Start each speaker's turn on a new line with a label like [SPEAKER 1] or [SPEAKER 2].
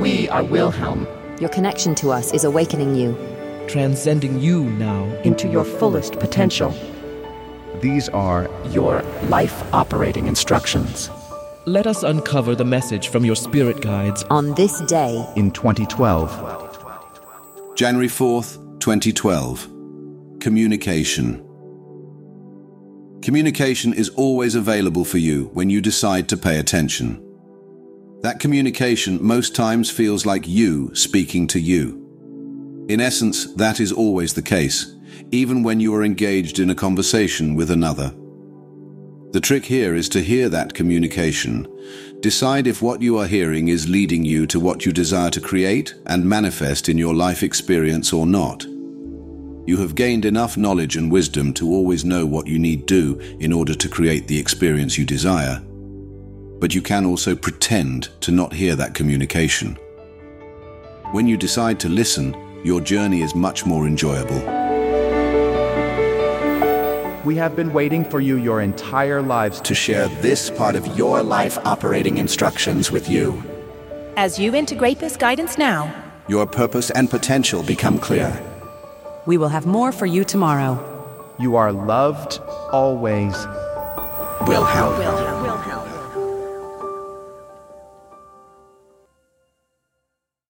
[SPEAKER 1] We are Wilhelm,
[SPEAKER 2] Your connection to us is awakening you.
[SPEAKER 3] transcending you now
[SPEAKER 4] into your fullest potential.
[SPEAKER 5] These are
[SPEAKER 1] your life operating instructions.
[SPEAKER 3] Let us uncover the message from your spirit guides.
[SPEAKER 2] On this day,
[SPEAKER 5] in 2012.
[SPEAKER 6] January 4th, 2012. Communication. Communication is always available for you when you decide to pay attention. That communication most times feels like you speaking to you. In essence, that is always the case, even when you are engaged in a conversation with another. The trick here is to hear that communication. Decide if what you are hearing is leading you to what you desire to create and manifest in your life experience or not. You have gained enough knowledge and wisdom to always know what you need do in order to create the experience you desire. But you can also pretend to not hear that communication. When you decide to listen, your journey is much more enjoyable.
[SPEAKER 5] We have been waiting for you your entire lives
[SPEAKER 1] To share this part of your life operating instructions with you,
[SPEAKER 7] As you integrate this guidance now,
[SPEAKER 6] Your purpose and potential
[SPEAKER 1] will become clear.
[SPEAKER 4] We will have more for you tomorrow.
[SPEAKER 5] You are loved always.
[SPEAKER 1] Wilhelm.